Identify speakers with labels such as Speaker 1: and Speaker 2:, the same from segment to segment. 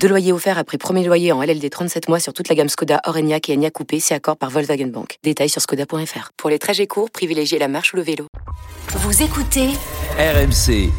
Speaker 1: Deux loyers offerts après premier loyer en LLD 37 mois sur toute la gamme Skoda, Orenia et Enya Coupé, si accord par Volkswagen Bank. Détails sur skoda.fr. Pour les trajets courts, privilégiez la marche ou le vélo.
Speaker 2: Vous écoutez
Speaker 3: RMC.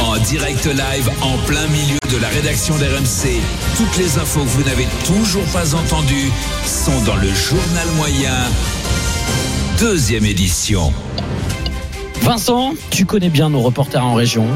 Speaker 3: En direct live, en plein milieu de la rédaction d'RMC, toutes les infos que vous n'avez toujours pas entendues sont dans le journal moyen, deuxième édition.
Speaker 4: Vincent, tu connais bien nos reporters en région.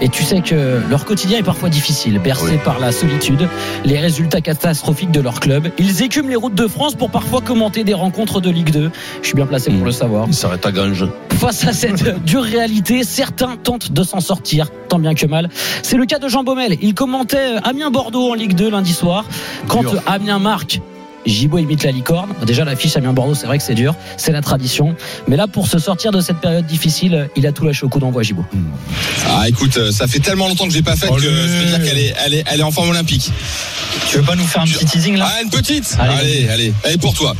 Speaker 4: Et tu sais que leur quotidien est parfois difficile, bercé par la solitude, les résultats catastrophiques de leur club. Ils écument les routes de France pour parfois commenter des rencontres de Ligue 2. Je suis bien placé pour le savoir.
Speaker 5: Ah,
Speaker 6: Il s'arrête à Gange.
Speaker 4: Face à cette dure réalité, certains tentent de s'en sortir, tant bien que mal. C'est le cas de Jean Baumel. Il commentait euh, Amiens Bordeaux en Ligue 2 lundi soir. Quand euh,
Speaker 6: Dur.
Speaker 4: Amiens marque, Gibo imite la licorne. Déjà, l'affiche Amiens Bordeaux, c'est vrai que c'est dur. C'est la tradition. Mais là, pour se sortir de cette période difficile, il a tout lâché au coup d'envoi, Gibo.
Speaker 7: Ah écoute, euh, ça fait tellement longtemps que j'ai pas fait
Speaker 8: Oh
Speaker 7: que
Speaker 6: Allez.
Speaker 7: euh, ça veut dire qu'elle est, elle est, elle est en forme olympique.
Speaker 4: Tu veux pas nous faire un petit teasing là
Speaker 7: Ah une petite
Speaker 4: Allez.
Speaker 7: allez, allez, allez pour toi.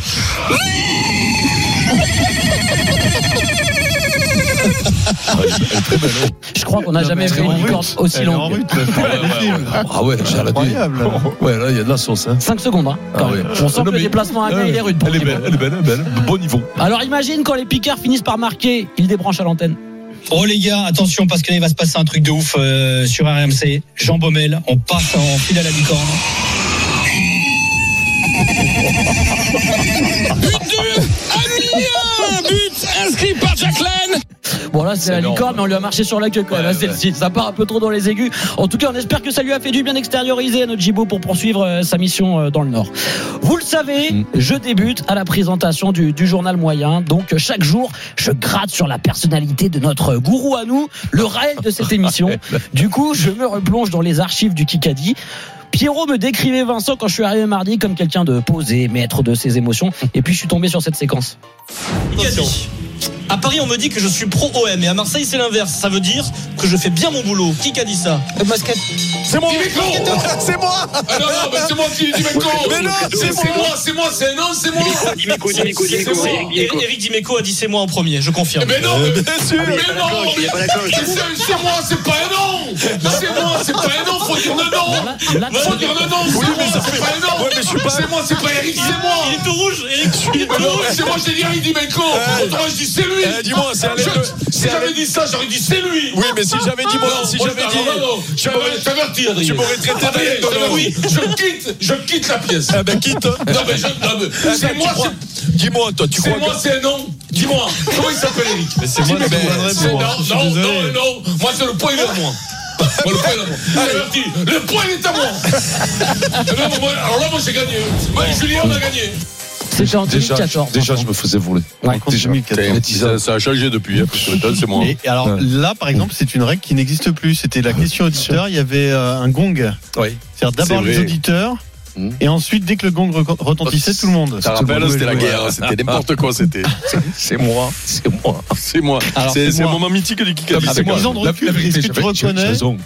Speaker 4: Je crois qu'on n'a jamais vu une licorne aussi longue.
Speaker 6: Ah ouais, j'ai arrêté.
Speaker 5: Incroyable.
Speaker 6: Ouais, là, il y a de la sauce. Hein.
Speaker 4: 5 secondes, hein, quand
Speaker 6: Ah
Speaker 4: même.
Speaker 6: ouais.
Speaker 4: On sent
Speaker 6: Non,
Speaker 4: que le
Speaker 6: mais-
Speaker 4: déplacement à
Speaker 6: Ah
Speaker 4: Amiens,
Speaker 6: ouais.
Speaker 4: il est rude pour
Speaker 6: Elle est
Speaker 4: Gibo.
Speaker 6: belle, elle est belle, elle est belle. Bon niveau.
Speaker 4: Alors imagine quand les picards finissent par marquer, ils débranchent à l'antenne.
Speaker 8: Oh les gars, attention parce que là, il va se passer un truc de ouf euh, sur RMC. Jean Baumel, on passe en file à la licorne.
Speaker 4: Bon là c'est la
Speaker 6: énorme.
Speaker 4: licorne mais on lui a marché sur la queue quand même
Speaker 6: Ouais,
Speaker 4: à celle-ci. Ça part un peu trop dans les aigus. En tout cas on espère que ça lui a fait du bien d'extérioriser à notre Gibo pour poursuivre euh, sa mission euh, dans le Nord. Vous le savez,
Speaker 6: Mm.
Speaker 4: je débute à la présentation du, du journal moyen. Donc euh, chaque jour je gratte sur la personnalité de notre gourou à nous, le Raël de cette émission. Du coup je me replonge dans les archives du Kikadi. Pierrot me décrivait Vincent quand je suis arrivé mardi comme quelqu'un de posé, maître de ses émotions. Et puis je suis tombé sur cette séquence.
Speaker 9: Kikadi. À Paris, on me dit que je suis pro-OM et à Marseille, c'est l'inverse. Ça veut dire que je fais bien mon boulot. Qui a dit ça
Speaker 5: C'est moi C'est moi
Speaker 10: non, non, mais Ah, bah, c'est moi qui dis, mais con
Speaker 5: Mais non, c'est
Speaker 10: C'est moi, c'est moi, c'est non, c'est moi C'est moi
Speaker 9: Eric Dimeco a dit c'est moi en premier, je confirme.
Speaker 10: Mais non, mais
Speaker 5: Bien sûr
Speaker 10: mais non mais C'est c'est moi, c'est pas un nom C'est moi, c'est pas un nom, faut dire le
Speaker 4: Là-
Speaker 10: nom
Speaker 4: là, tu-
Speaker 10: Faut dire le nom, c'est moi, c'est pas un nom
Speaker 5: Ouais, mais je suis pas-
Speaker 10: C'est moi, c'est pas Eric, c'est moi
Speaker 9: Il est tout rouge, Eric, il est tout
Speaker 10: Mais non,
Speaker 9: rouge.
Speaker 10: mais c'est moi, j'ai dit Eric Dimeco Autrement, je dis c'est lui
Speaker 5: Eh, dis-moi, c'est un des
Speaker 10: Je-
Speaker 5: deux.
Speaker 10: Si j'avais dit ça, j'aurais dit c'est lui Oh,
Speaker 5: Oui, mais si j'avais dit mon nom, si
Speaker 10: moi,
Speaker 5: j'avais
Speaker 10: je
Speaker 5: dit.
Speaker 10: t'avertis,
Speaker 5: Tu m'aurais-
Speaker 10: je t'avertis, Adrien.
Speaker 5: tu m'aurais traité
Speaker 10: Ah,
Speaker 5: d'Adrien,
Speaker 10: ben,
Speaker 5: non, non.
Speaker 10: Oui, je quitte, je quitte la pièce.
Speaker 5: Ah ben quitte
Speaker 10: Non mais je, non, mais c'est moi,
Speaker 5: crois-
Speaker 10: c'est-
Speaker 5: Dis-moi, toi, tu crois
Speaker 10: c'est moi,
Speaker 5: que.
Speaker 10: c'est un nom. Dis-moi, comment il s'appelle Eric
Speaker 5: c'est moi,
Speaker 10: Dis-moi,
Speaker 5: je vous donnerai
Speaker 10: c'est-
Speaker 5: pour moi. Je suis
Speaker 10: Non, non,
Speaker 5: désolé.
Speaker 10: non, non. Moi c'est le point il est à moi. Moi, le point il est à moi. Allez, parti. Le point il est à moi. Non, mais moi, alors là moi j'ai gagné. Moi et Julien on a gagné.
Speaker 4: C'était en 2014.
Speaker 6: déjà, je me faisais voler.
Speaker 4: Ouais.
Speaker 6: Déjà. Ça, ça a changé depuis, hein, parce que maintenant, c'est moi.
Speaker 5: Et alors
Speaker 6: Ouais.
Speaker 5: là, par exemple, c'est une règle qui n'existe plus. C'était la question auditeur. Il y avait euh, un gong.
Speaker 6: Oui.
Speaker 5: C'est-à-dire d'abord
Speaker 6: C'est
Speaker 5: les
Speaker 6: vrai.
Speaker 5: auditeurs.
Speaker 6: Mmh. Oh,
Speaker 5: Et ensuite, dès que le gong reco- retentissait, tout le monde.
Speaker 6: Ça rappelle, c'était la guerre, c'était n'importe quoi, c'était. C'est moi, c'est moi, c'est moi.
Speaker 5: Alors,
Speaker 6: C'est
Speaker 5: c'est
Speaker 6: c'est un
Speaker 5: moi.
Speaker 6: moment mythique du Kikadi.
Speaker 5: Ah,
Speaker 6: c'est
Speaker 5: mais
Speaker 6: moi.
Speaker 5: dix ans de recul, est-ce que tu
Speaker 6: j'avais-
Speaker 5: reconnais
Speaker 6: j'ai raison.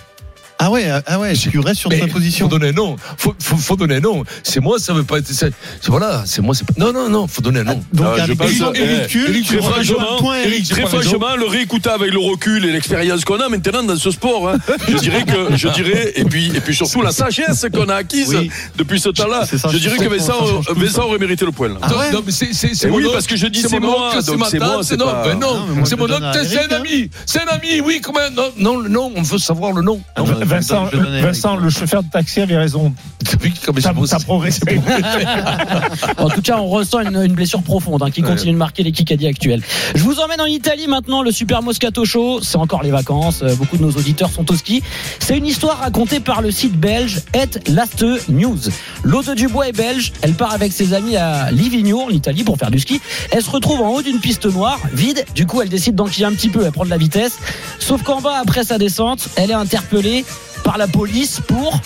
Speaker 5: Ah ouais, ah ouais, tu restes sur
Speaker 6: Mais
Speaker 5: ta position.
Speaker 6: Faut donner un nom. Faut, faut, faut donner un nom. C'est moi, ça veut pas être. c'est- c'est- Voilà, c'est moi, c'est pas. Non, non, non, faut donner un nom.
Speaker 5: Donc,
Speaker 6: Ah,
Speaker 5: avec
Speaker 6: pense-
Speaker 5: Eric-
Speaker 6: eh,
Speaker 5: Eric Kuhl,
Speaker 6: Eric,
Speaker 5: tu
Speaker 6: très
Speaker 5: rejoins
Speaker 6: franchement,
Speaker 5: le point, Eric,
Speaker 6: Eric,
Speaker 5: tu
Speaker 6: très
Speaker 5: prends raison.
Speaker 6: franchement, le réécouter avec le recul et l'expérience qu'on a maintenant dans ce sport, hein, je dirais que, je dirais, et puis, et puis surtout la sagesse qu'on a acquise
Speaker 5: Oui.
Speaker 6: depuis ce temps-là,
Speaker 5: C'est ça, je
Speaker 6: je dirais
Speaker 5: sais
Speaker 6: que
Speaker 5: qu'on- ça
Speaker 6: Vincent,
Speaker 5: change tout,
Speaker 6: Vincent aurait mérité le point. là.
Speaker 5: Ah ouais
Speaker 10: Non, mais c'est- c'est
Speaker 6: Eh
Speaker 10: c'est mon
Speaker 6: oui,
Speaker 10: oncle,
Speaker 6: parce que je dis
Speaker 10: c'est
Speaker 6: c'est
Speaker 10: mon
Speaker 6: moi,
Speaker 10: oncle, c'est
Speaker 6: donc
Speaker 10: ma
Speaker 6: c'est moi,
Speaker 10: tante,
Speaker 6: c'est
Speaker 10: non,
Speaker 6: pas-
Speaker 10: ben
Speaker 5: Non, mais
Speaker 10: non,
Speaker 5: moi,
Speaker 10: c'est
Speaker 5: je
Speaker 10: mon
Speaker 5: donne
Speaker 10: oncle,
Speaker 5: à
Speaker 10: c'est
Speaker 5: Eric,
Speaker 10: un ami, c'est un ami, oui, comment, non, non, le nom, on veut savoir le nom.
Speaker 5: Ah non, je donne- je donne à Eric.
Speaker 9: le chauffeur de taxi avait raison.
Speaker 6: Depuis que- comme c'est beau, c'est-
Speaker 9: progressé.
Speaker 4: En tout cas, on ressent une, une blessure profonde hein, qui continue de marquer les Kikadi actuels. Je vous emmène en Italie maintenant, le Super Moscato Show. C'est encore les vacances. euh, Beaucoup de nos auditeurs sont au ski. C'est une histoire racontée par le site belge Et Last News. L'hôte Dubois est belge. Elle part avec ses amis à Livigno, en Italie, pour faire du ski. Elle se retrouve en haut d'une piste noire, vide. Du coup, elle décide d'enquiller un petit peu. Elle prend de la vitesse. Sauf qu'en bas, après sa descente, elle est interpellée par la police pour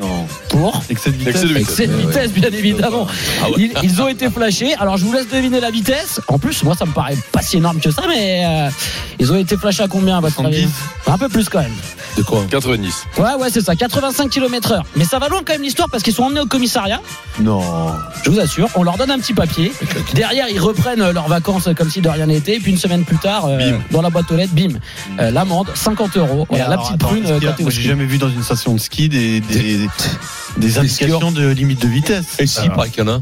Speaker 5: Non.
Speaker 4: Pour
Speaker 5: Excès de vitesse.
Speaker 6: Excès de vitesse. Ah
Speaker 4: excès de vitesse, bien évidemment. Ils, ils ont été flashés. Alors, je vous laisse deviner la vitesse. En plus, moi, ça me paraît pas si énorme que ça, mais euh, ils ont été flashés à combien, à votre avis
Speaker 5: 70.
Speaker 4: Un peu plus quand même.
Speaker 6: De quoi 90.
Speaker 4: Ouais, ouais, c'est ça, 85 km/h. Mais ça va loin quand même l'histoire parce qu'ils sont emmenés au commissariat.
Speaker 5: Non.
Speaker 4: Je vous assure, on leur donne un petit papier. Derrière, ils reprennent euh, leurs vacances euh, comme si de rien n'était. Et puis une semaine plus tard, euh, dans la boîte aux lettres, bim, euh, l'amende, 50 euros. Voilà, la petite prune. euh, quand t'es au
Speaker 5: J'ai
Speaker 4: ski.
Speaker 5: jamais vu dans une station de ski des, des, des, indications
Speaker 10: skieurs.
Speaker 5: de limite de vitesse.
Speaker 10: Et si, il paraît qu'il y en a.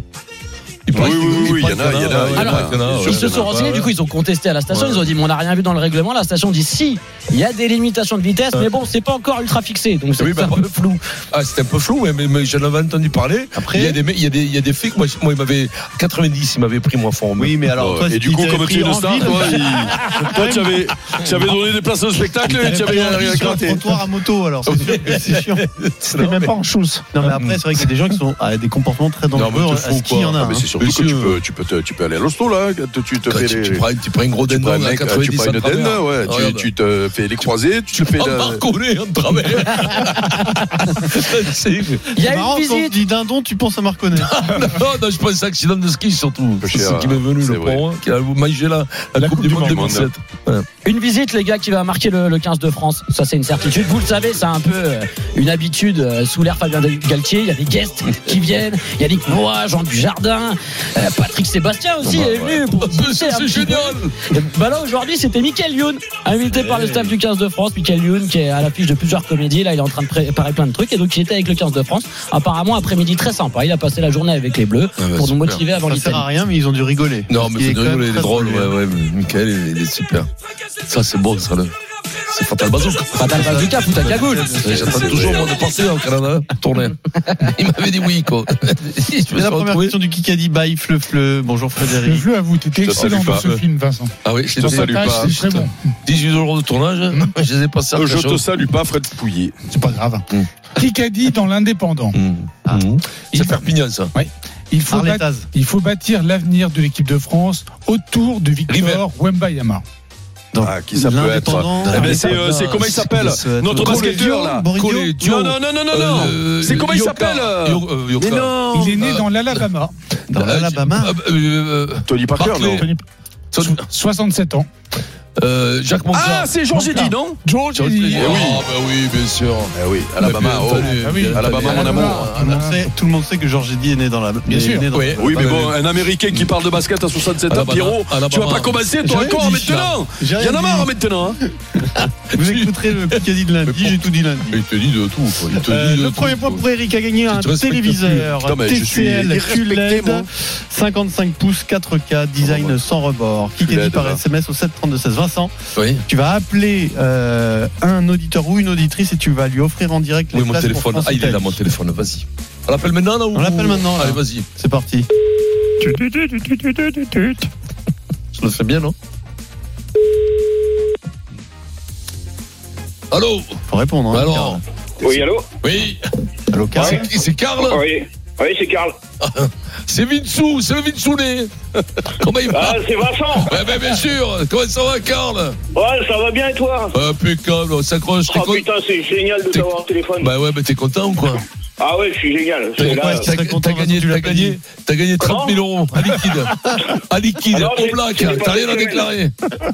Speaker 10: Il
Speaker 6: Oui,
Speaker 10: paraît
Speaker 6: oui,
Speaker 10: qu'il-
Speaker 6: oui, oui, il y en a, il y en a. il y en a.
Speaker 10: Alors,
Speaker 6: Il y en a, ouais.
Speaker 4: Ils se sont renseignés, du coup ils ont contesté à la station, ils ont dit mais on n'a rien vu dans le règlement, la station dit si, il y a des limitations de vitesse, mais bon c'est pas encore ultra fixé, donc c'est
Speaker 10: Oui, bah,
Speaker 4: un peu flou.
Speaker 10: Ah, c'était un peu flou, mais, mais, mais j'en avais entendu parler. Après, il y a des, mecs- il y a des, il y a des flics. Moi, je- moi, il m'avait 90, il m'avait pris moi fort.
Speaker 5: Oui, mais alors
Speaker 6: Euh,
Speaker 5: toi,
Speaker 6: et
Speaker 5: si
Speaker 6: du coup,
Speaker 5: t'avais
Speaker 6: comme
Speaker 5: pris
Speaker 6: tu es une
Speaker 5: envie
Speaker 6: star,
Speaker 5: de-
Speaker 6: toi, il- toi, tu avais, tu avais donné des places au spectacle et tu
Speaker 5: T'avais
Speaker 6: avais
Speaker 5: pris envie
Speaker 6: rien
Speaker 5: sur un
Speaker 6: gratté.
Speaker 5: trottoir à moto, alors c'est sûr que c'est chiant.
Speaker 10: Non,
Speaker 5: même pas en chose. Non, mais après, c'est vrai qu'il y a des gens qui sont à des comportements très
Speaker 10: mais
Speaker 5: dangereux.
Speaker 10: t'es
Speaker 5: À
Speaker 10: fou,
Speaker 5: ski,
Speaker 10: quoi.
Speaker 5: il y en a.
Speaker 6: Ah, mais
Speaker 5: hein.
Speaker 6: c'est surtout que
Speaker 10: Monsieur.
Speaker 6: tu peux, tu peux, te- tu peux aller à l'hosto là, quand tu te
Speaker 10: Quand
Speaker 6: fais
Speaker 10: tu,
Speaker 6: les,
Speaker 10: tu prends, tu prends un gros
Speaker 6: tu prends
Speaker 10: dindon
Speaker 6: un
Speaker 10: à
Speaker 6: mec, tu
Speaker 10: 90
Speaker 6: prends une
Speaker 10: à travers.
Speaker 6: dinde, ouais, tu,
Speaker 10: Regarde.
Speaker 6: tu te fais les croisés, tu te fais
Speaker 10: Oh,
Speaker 6: la-
Speaker 10: Marconnet, en travers. C'est-
Speaker 4: Il y a
Speaker 5: C'est marrant,
Speaker 4: une
Speaker 5: quand on
Speaker 4: visite,
Speaker 5: dit dindon, tu penses à Marconnet.
Speaker 10: non, non, je pense accident de ski surtout.
Speaker 6: Peu
Speaker 10: C'est
Speaker 6: cher,
Speaker 10: ce qui m'est venu
Speaker 6: c'est
Speaker 10: le
Speaker 6: vrai.
Speaker 10: pauvre, qui a mangé la, la, Coupe du Monde 2007.
Speaker 4: une visite les gars qui va marquer le, le 15 de France, ça c'est une certitude. Vous le savez, c'est un peu euh, une habitude euh, sous l'ère Fabien Galtier, il y a des guests qui viennent, il y a Nick Noah, Jean Dujardin, euh, Patrick Sébastien aussi est venu pour pousser un
Speaker 10: Bah Oh,
Speaker 4: petit
Speaker 10: C'est
Speaker 4: peu.
Speaker 10: génial.
Speaker 4: Et Bah là aujourd'hui c'était Michael Youn invité par le staff du 15 de France Michael Youn qui est à l'affiche de plusieurs comédies là il est en train de préparer plein de trucs et donc il était avec le 15 de France apparemment après-midi très sympa il a passé la journée avec les Bleus
Speaker 10: Ah bah,
Speaker 4: pour nous
Speaker 10: super.
Speaker 4: motiver avant
Speaker 5: Ça sert
Speaker 4: l'Italie
Speaker 5: à rien, mais ils ont dû rigoler.
Speaker 10: Non,
Speaker 5: Parce
Speaker 10: mais
Speaker 5: qu'il
Speaker 10: c'est
Speaker 5: est quand
Speaker 10: drôle,
Speaker 5: même
Speaker 10: il est
Speaker 5: très
Speaker 10: drôle,
Speaker 5: drôle.
Speaker 10: ouais, ouais, mais Michael, il, il est super. Ça, c'est bon, ça, là. C'est Fatal Bazooka.
Speaker 4: Fatal Bazooka fout ta cagoule
Speaker 10: Ouais, J'attends toujours mon
Speaker 4: hein.
Speaker 10: passé au Canada, hein, tourner. Il m'avait dit oui, quoi. Je me
Speaker 5: Et
Speaker 10: suis
Speaker 5: la première
Speaker 10: retrouvé.
Speaker 5: question du Kikadi, bye, fleu, fleu. Bonjour
Speaker 11: Je
Speaker 5: Frédéric.
Speaker 11: veux à vous, t'étais
Speaker 6: Je te salue
Speaker 11: excellent dans
Speaker 6: pas.
Speaker 11: ce film, Vincent.
Speaker 10: Ah oui, je
Speaker 6: Je te
Speaker 10: les ai
Speaker 6: salue
Speaker 11: Tâche,
Speaker 6: pas.
Speaker 11: c'est très bon.
Speaker 10: 18 euros de tournage, je les ai passés à
Speaker 6: Euh, Je
Speaker 10: la
Speaker 6: te
Speaker 10: chose.
Speaker 6: salue pas, Fred Pouillet.
Speaker 11: C'est pas grave.
Speaker 10: Mm.
Speaker 11: Qui qu'a dit dans l'indépendant
Speaker 10: Mmh.
Speaker 4: Ah.
Speaker 10: Mmh.
Speaker 11: Il-
Speaker 10: C'est Perpignan, ça.
Speaker 11: il faut, bat-
Speaker 5: Arletaz.
Speaker 11: il faut bâtir l'avenir de l'équipe de France autour de Victor Wembayama.
Speaker 6: Ah, qui ça peut être
Speaker 5: L'indépendant.
Speaker 6: Eh ben, c'est, euh, c'est comment il s'appelle
Speaker 5: C'est-
Speaker 6: Notre
Speaker 5: Collé-
Speaker 6: basketteur là
Speaker 5: Borillo.
Speaker 10: Collé-
Speaker 6: Non, non, non, non, non, non
Speaker 10: Euh,
Speaker 6: C'est comment il
Speaker 10: Yoka.
Speaker 6: s'appelle euh
Speaker 10: Yo- euh, Yoka.
Speaker 6: Mais non ah, bah,
Speaker 11: Il est né dans l'Alabama,
Speaker 5: Dans
Speaker 10: Euh,
Speaker 5: l'Alabama.
Speaker 10: euh, euh, euh,
Speaker 6: Tony Parker,
Speaker 10: Barclay.
Speaker 6: non
Speaker 10: Tony- Tony-
Speaker 11: so- 67 ans.
Speaker 10: euh, Jacques Monclar.
Speaker 6: Ah, c'est Georges Eddy, non
Speaker 11: George
Speaker 10: George Eddy.
Speaker 11: Eddy.
Speaker 10: Ah, bah Ah oui, bien sûr.
Speaker 6: Eh oui, Alabama,
Speaker 10: Bien
Speaker 6: oh.
Speaker 10: entendu,
Speaker 11: Ah oui,
Speaker 10: bien
Speaker 6: Alabama,
Speaker 10: entendu.
Speaker 6: mon amour.
Speaker 5: Tout le monde sait- Tout le monde sait que Georges Eddy est né dans la. Bien
Speaker 11: sûr.
Speaker 10: Oui.
Speaker 6: Ah, Oui, mais bon,
Speaker 10: Ouais.
Speaker 6: un Américain qui parle de basket à 67 ans,
Speaker 10: Alabama,
Speaker 6: Pierrot, tu vas
Speaker 10: Alabama.
Speaker 6: pas commencer, toi,
Speaker 5: J'ai
Speaker 6: encore
Speaker 5: rien dit,
Speaker 6: maintenant
Speaker 5: J'ai
Speaker 6: Il y
Speaker 5: rien
Speaker 6: en a
Speaker 5: dit.
Speaker 6: marre maintenant hein.
Speaker 5: Vous écouterez le Kikadi de
Speaker 10: Mais pour-
Speaker 5: lundi, j'ai tout dit lundi.
Speaker 10: Il te dit de tout, quoi. Il te
Speaker 5: Euh,
Speaker 10: dit de
Speaker 5: le
Speaker 10: tout,
Speaker 5: premier point
Speaker 10: quoi.
Speaker 5: pour Eric a gagné un
Speaker 10: te respecte
Speaker 5: téléviseur
Speaker 6: plus. Non, mais je suis
Speaker 5: TCL
Speaker 6: irrespecté, moi.
Speaker 5: QLED 55 E pouces 4K
Speaker 6: Oh, bah.
Speaker 5: design sans rebord
Speaker 10: E
Speaker 5: qui
Speaker 6: QLED,
Speaker 5: gagne par
Speaker 6: là.
Speaker 5: SMS au 732-16 Vincent
Speaker 10: Oui.
Speaker 5: tu vas appeler euh, un auditeur ou une auditrice et tu vas lui offrir en direct les
Speaker 10: Oui, mon
Speaker 5: places pour
Speaker 10: téléphone.
Speaker 5: France
Speaker 10: Ah, il est là,
Speaker 5: Italie.
Speaker 10: mon téléphone. Vas-y. On l'appelle maintenant, là ou-
Speaker 5: On l'appelle maintenant, là.
Speaker 10: Allez, vas-y.
Speaker 5: c'est parti
Speaker 10: Je le fais bien, non Allô
Speaker 5: faut répondre hein,
Speaker 10: Bah Alors
Speaker 12: Oui, allô
Speaker 10: Oui
Speaker 5: Karl. Allô, Karl
Speaker 10: C'est qui C'est Karl
Speaker 12: Oui. Oui, c'est Karl.
Speaker 10: C'est Vinsou C'est le Vinsouné Comment il
Speaker 12: Ah,
Speaker 10: va
Speaker 12: c'est Vincent.
Speaker 10: Ouais, ben, bien sûr Comment ça va, Ah, Karl
Speaker 12: Ouais, ça va bien et toi
Speaker 10: Impeccable, on s'accroche. T'es
Speaker 12: Oh
Speaker 10: con-
Speaker 12: putain, c'est génial de
Speaker 10: T'es-
Speaker 12: t'avoir au téléphone.
Speaker 10: Bah ouais, mais t'es content ou quoi
Speaker 12: Ah ouais, je suis génial.
Speaker 10: T'as
Speaker 12: C'est là.
Speaker 5: est-ce que-
Speaker 10: t'as-
Speaker 5: serais content
Speaker 10: t'as gagné,
Speaker 5: si tu
Speaker 10: t'as
Speaker 5: l'as pas
Speaker 10: gagné,
Speaker 5: dit.
Speaker 10: t'as gagné 30 000 euros à liquide. À liquide,
Speaker 12: Alors,
Speaker 10: au
Speaker 12: c'est-
Speaker 10: black,
Speaker 12: c'est pas
Speaker 10: t'as rien à
Speaker 12: cette
Speaker 10: déclarer.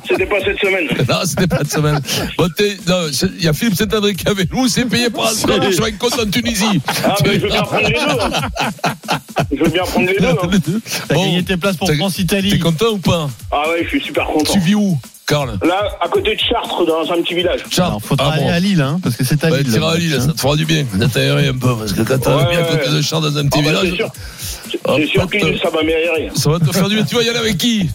Speaker 12: C'était pas cette semaine.
Speaker 10: Non, c'était pas de semaine. Bon, t'es- non, c'est- il y a Philippe Saint-André qui est avec nous, c'est payé par Astor sur un compte en Tunisie.
Speaker 12: Ah, mais je veux bien prendre les deux. hein. Je veux bien prendre les deux. hein.
Speaker 5: t'as
Speaker 10: Bon,
Speaker 5: gagné tes places pour
Speaker 10: t'as-
Speaker 5: France
Speaker 10: t'es
Speaker 5: Italie
Speaker 10: content ou pas
Speaker 12: Ah ouais, je suis super
Speaker 10: Tu
Speaker 12: content.
Speaker 10: vis où, Karl
Speaker 12: Là, à côté de Chartres, dans un petit village.
Speaker 10: Charles
Speaker 5: alors faudra
Speaker 10: Ah, bon.
Speaker 5: aller à Lille hein, parce que c'est à
Speaker 10: Bah,
Speaker 5: Lille
Speaker 10: t'iras à
Speaker 5: le match,
Speaker 10: Lille,
Speaker 5: hein.
Speaker 10: ça te fera du bien d'aérer un peu, parce que quand t'as
Speaker 12: Ouais,
Speaker 10: bien à
Speaker 12: ouais,
Speaker 10: côté
Speaker 12: ouais.
Speaker 10: de Charles dans un
Speaker 12: Ah
Speaker 10: petit
Speaker 12: bah, c'est
Speaker 10: village,
Speaker 12: sûr,
Speaker 10: Ah,
Speaker 12: c'est sûr que
Speaker 6: Euh.
Speaker 10: putain.
Speaker 12: ça va m'aérer.
Speaker 10: ça va te faire du bien. Tu vas y aller avec qui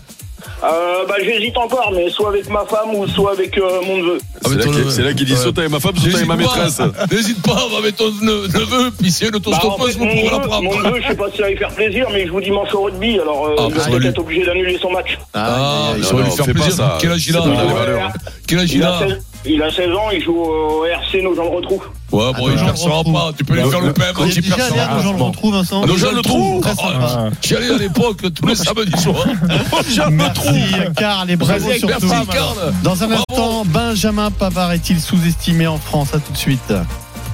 Speaker 12: Euh, bah, j'hésite encore, mais soit avec ma femme ou soit avec euh, mon neveu.
Speaker 10: Ah, mais
Speaker 6: C'est là
Speaker 10: ton
Speaker 6: qu'il-
Speaker 10: neveu.
Speaker 6: C'est là qu'il dit
Speaker 10: Ouais.
Speaker 6: saute avec ma femme, saute avec ma maîtresse.
Speaker 10: pas, n'hésite pas, on va mettre ton ne- neveu, puis si elle ne
Speaker 12: Bah, en fait,
Speaker 10: t'ostoppeuse, vous
Speaker 12: mon,
Speaker 10: pourrez la
Speaker 12: neveu,
Speaker 10: prendre.
Speaker 12: mon neveu, je sais pas si ça va lui faire plaisir, mais je vous dimanche au rugby, alors euh, je
Speaker 10: Ah, bah,
Speaker 12: vais
Speaker 10: salut.
Speaker 12: peut-être être obligé d'annuler son match.
Speaker 10: Ah,
Speaker 6: aïe,
Speaker 10: ça
Speaker 6: aïe,
Speaker 10: va
Speaker 6: non,
Speaker 10: lui faire
Speaker 6: fais pas
Speaker 10: plaisir.
Speaker 6: ça.
Speaker 10: Quel âge il
Speaker 6: C'est pas les
Speaker 10: a
Speaker 6: valeurs.
Speaker 10: Quel âge
Speaker 12: Il
Speaker 10: il
Speaker 12: a,
Speaker 10: a
Speaker 12: 16, il a 16 ans, il joue au RC Nogent-le-Retrou.
Speaker 10: Ouais, bon, il
Speaker 5: non, Ah,
Speaker 10: percera
Speaker 5: on retrouve.
Speaker 10: pas. Tu peux lui faire le PM,
Speaker 5: Il y a
Speaker 10: il
Speaker 5: déjà allé à
Speaker 10: percera.
Speaker 5: Nogent le retrouve Vincent
Speaker 10: Nogent le Ah, trou
Speaker 5: Très sympa.
Speaker 10: J'y allais à l'époque tous les samedis soirs. Nogent le trou
Speaker 5: Merci Karl et bravo
Speaker 10: Vas-y,
Speaker 5: surtout.
Speaker 10: Merci Karl
Speaker 5: Dans un
Speaker 10: Bravo.
Speaker 5: instant, Benjamin Pavard est-il sous-estimé en France À tout de suite.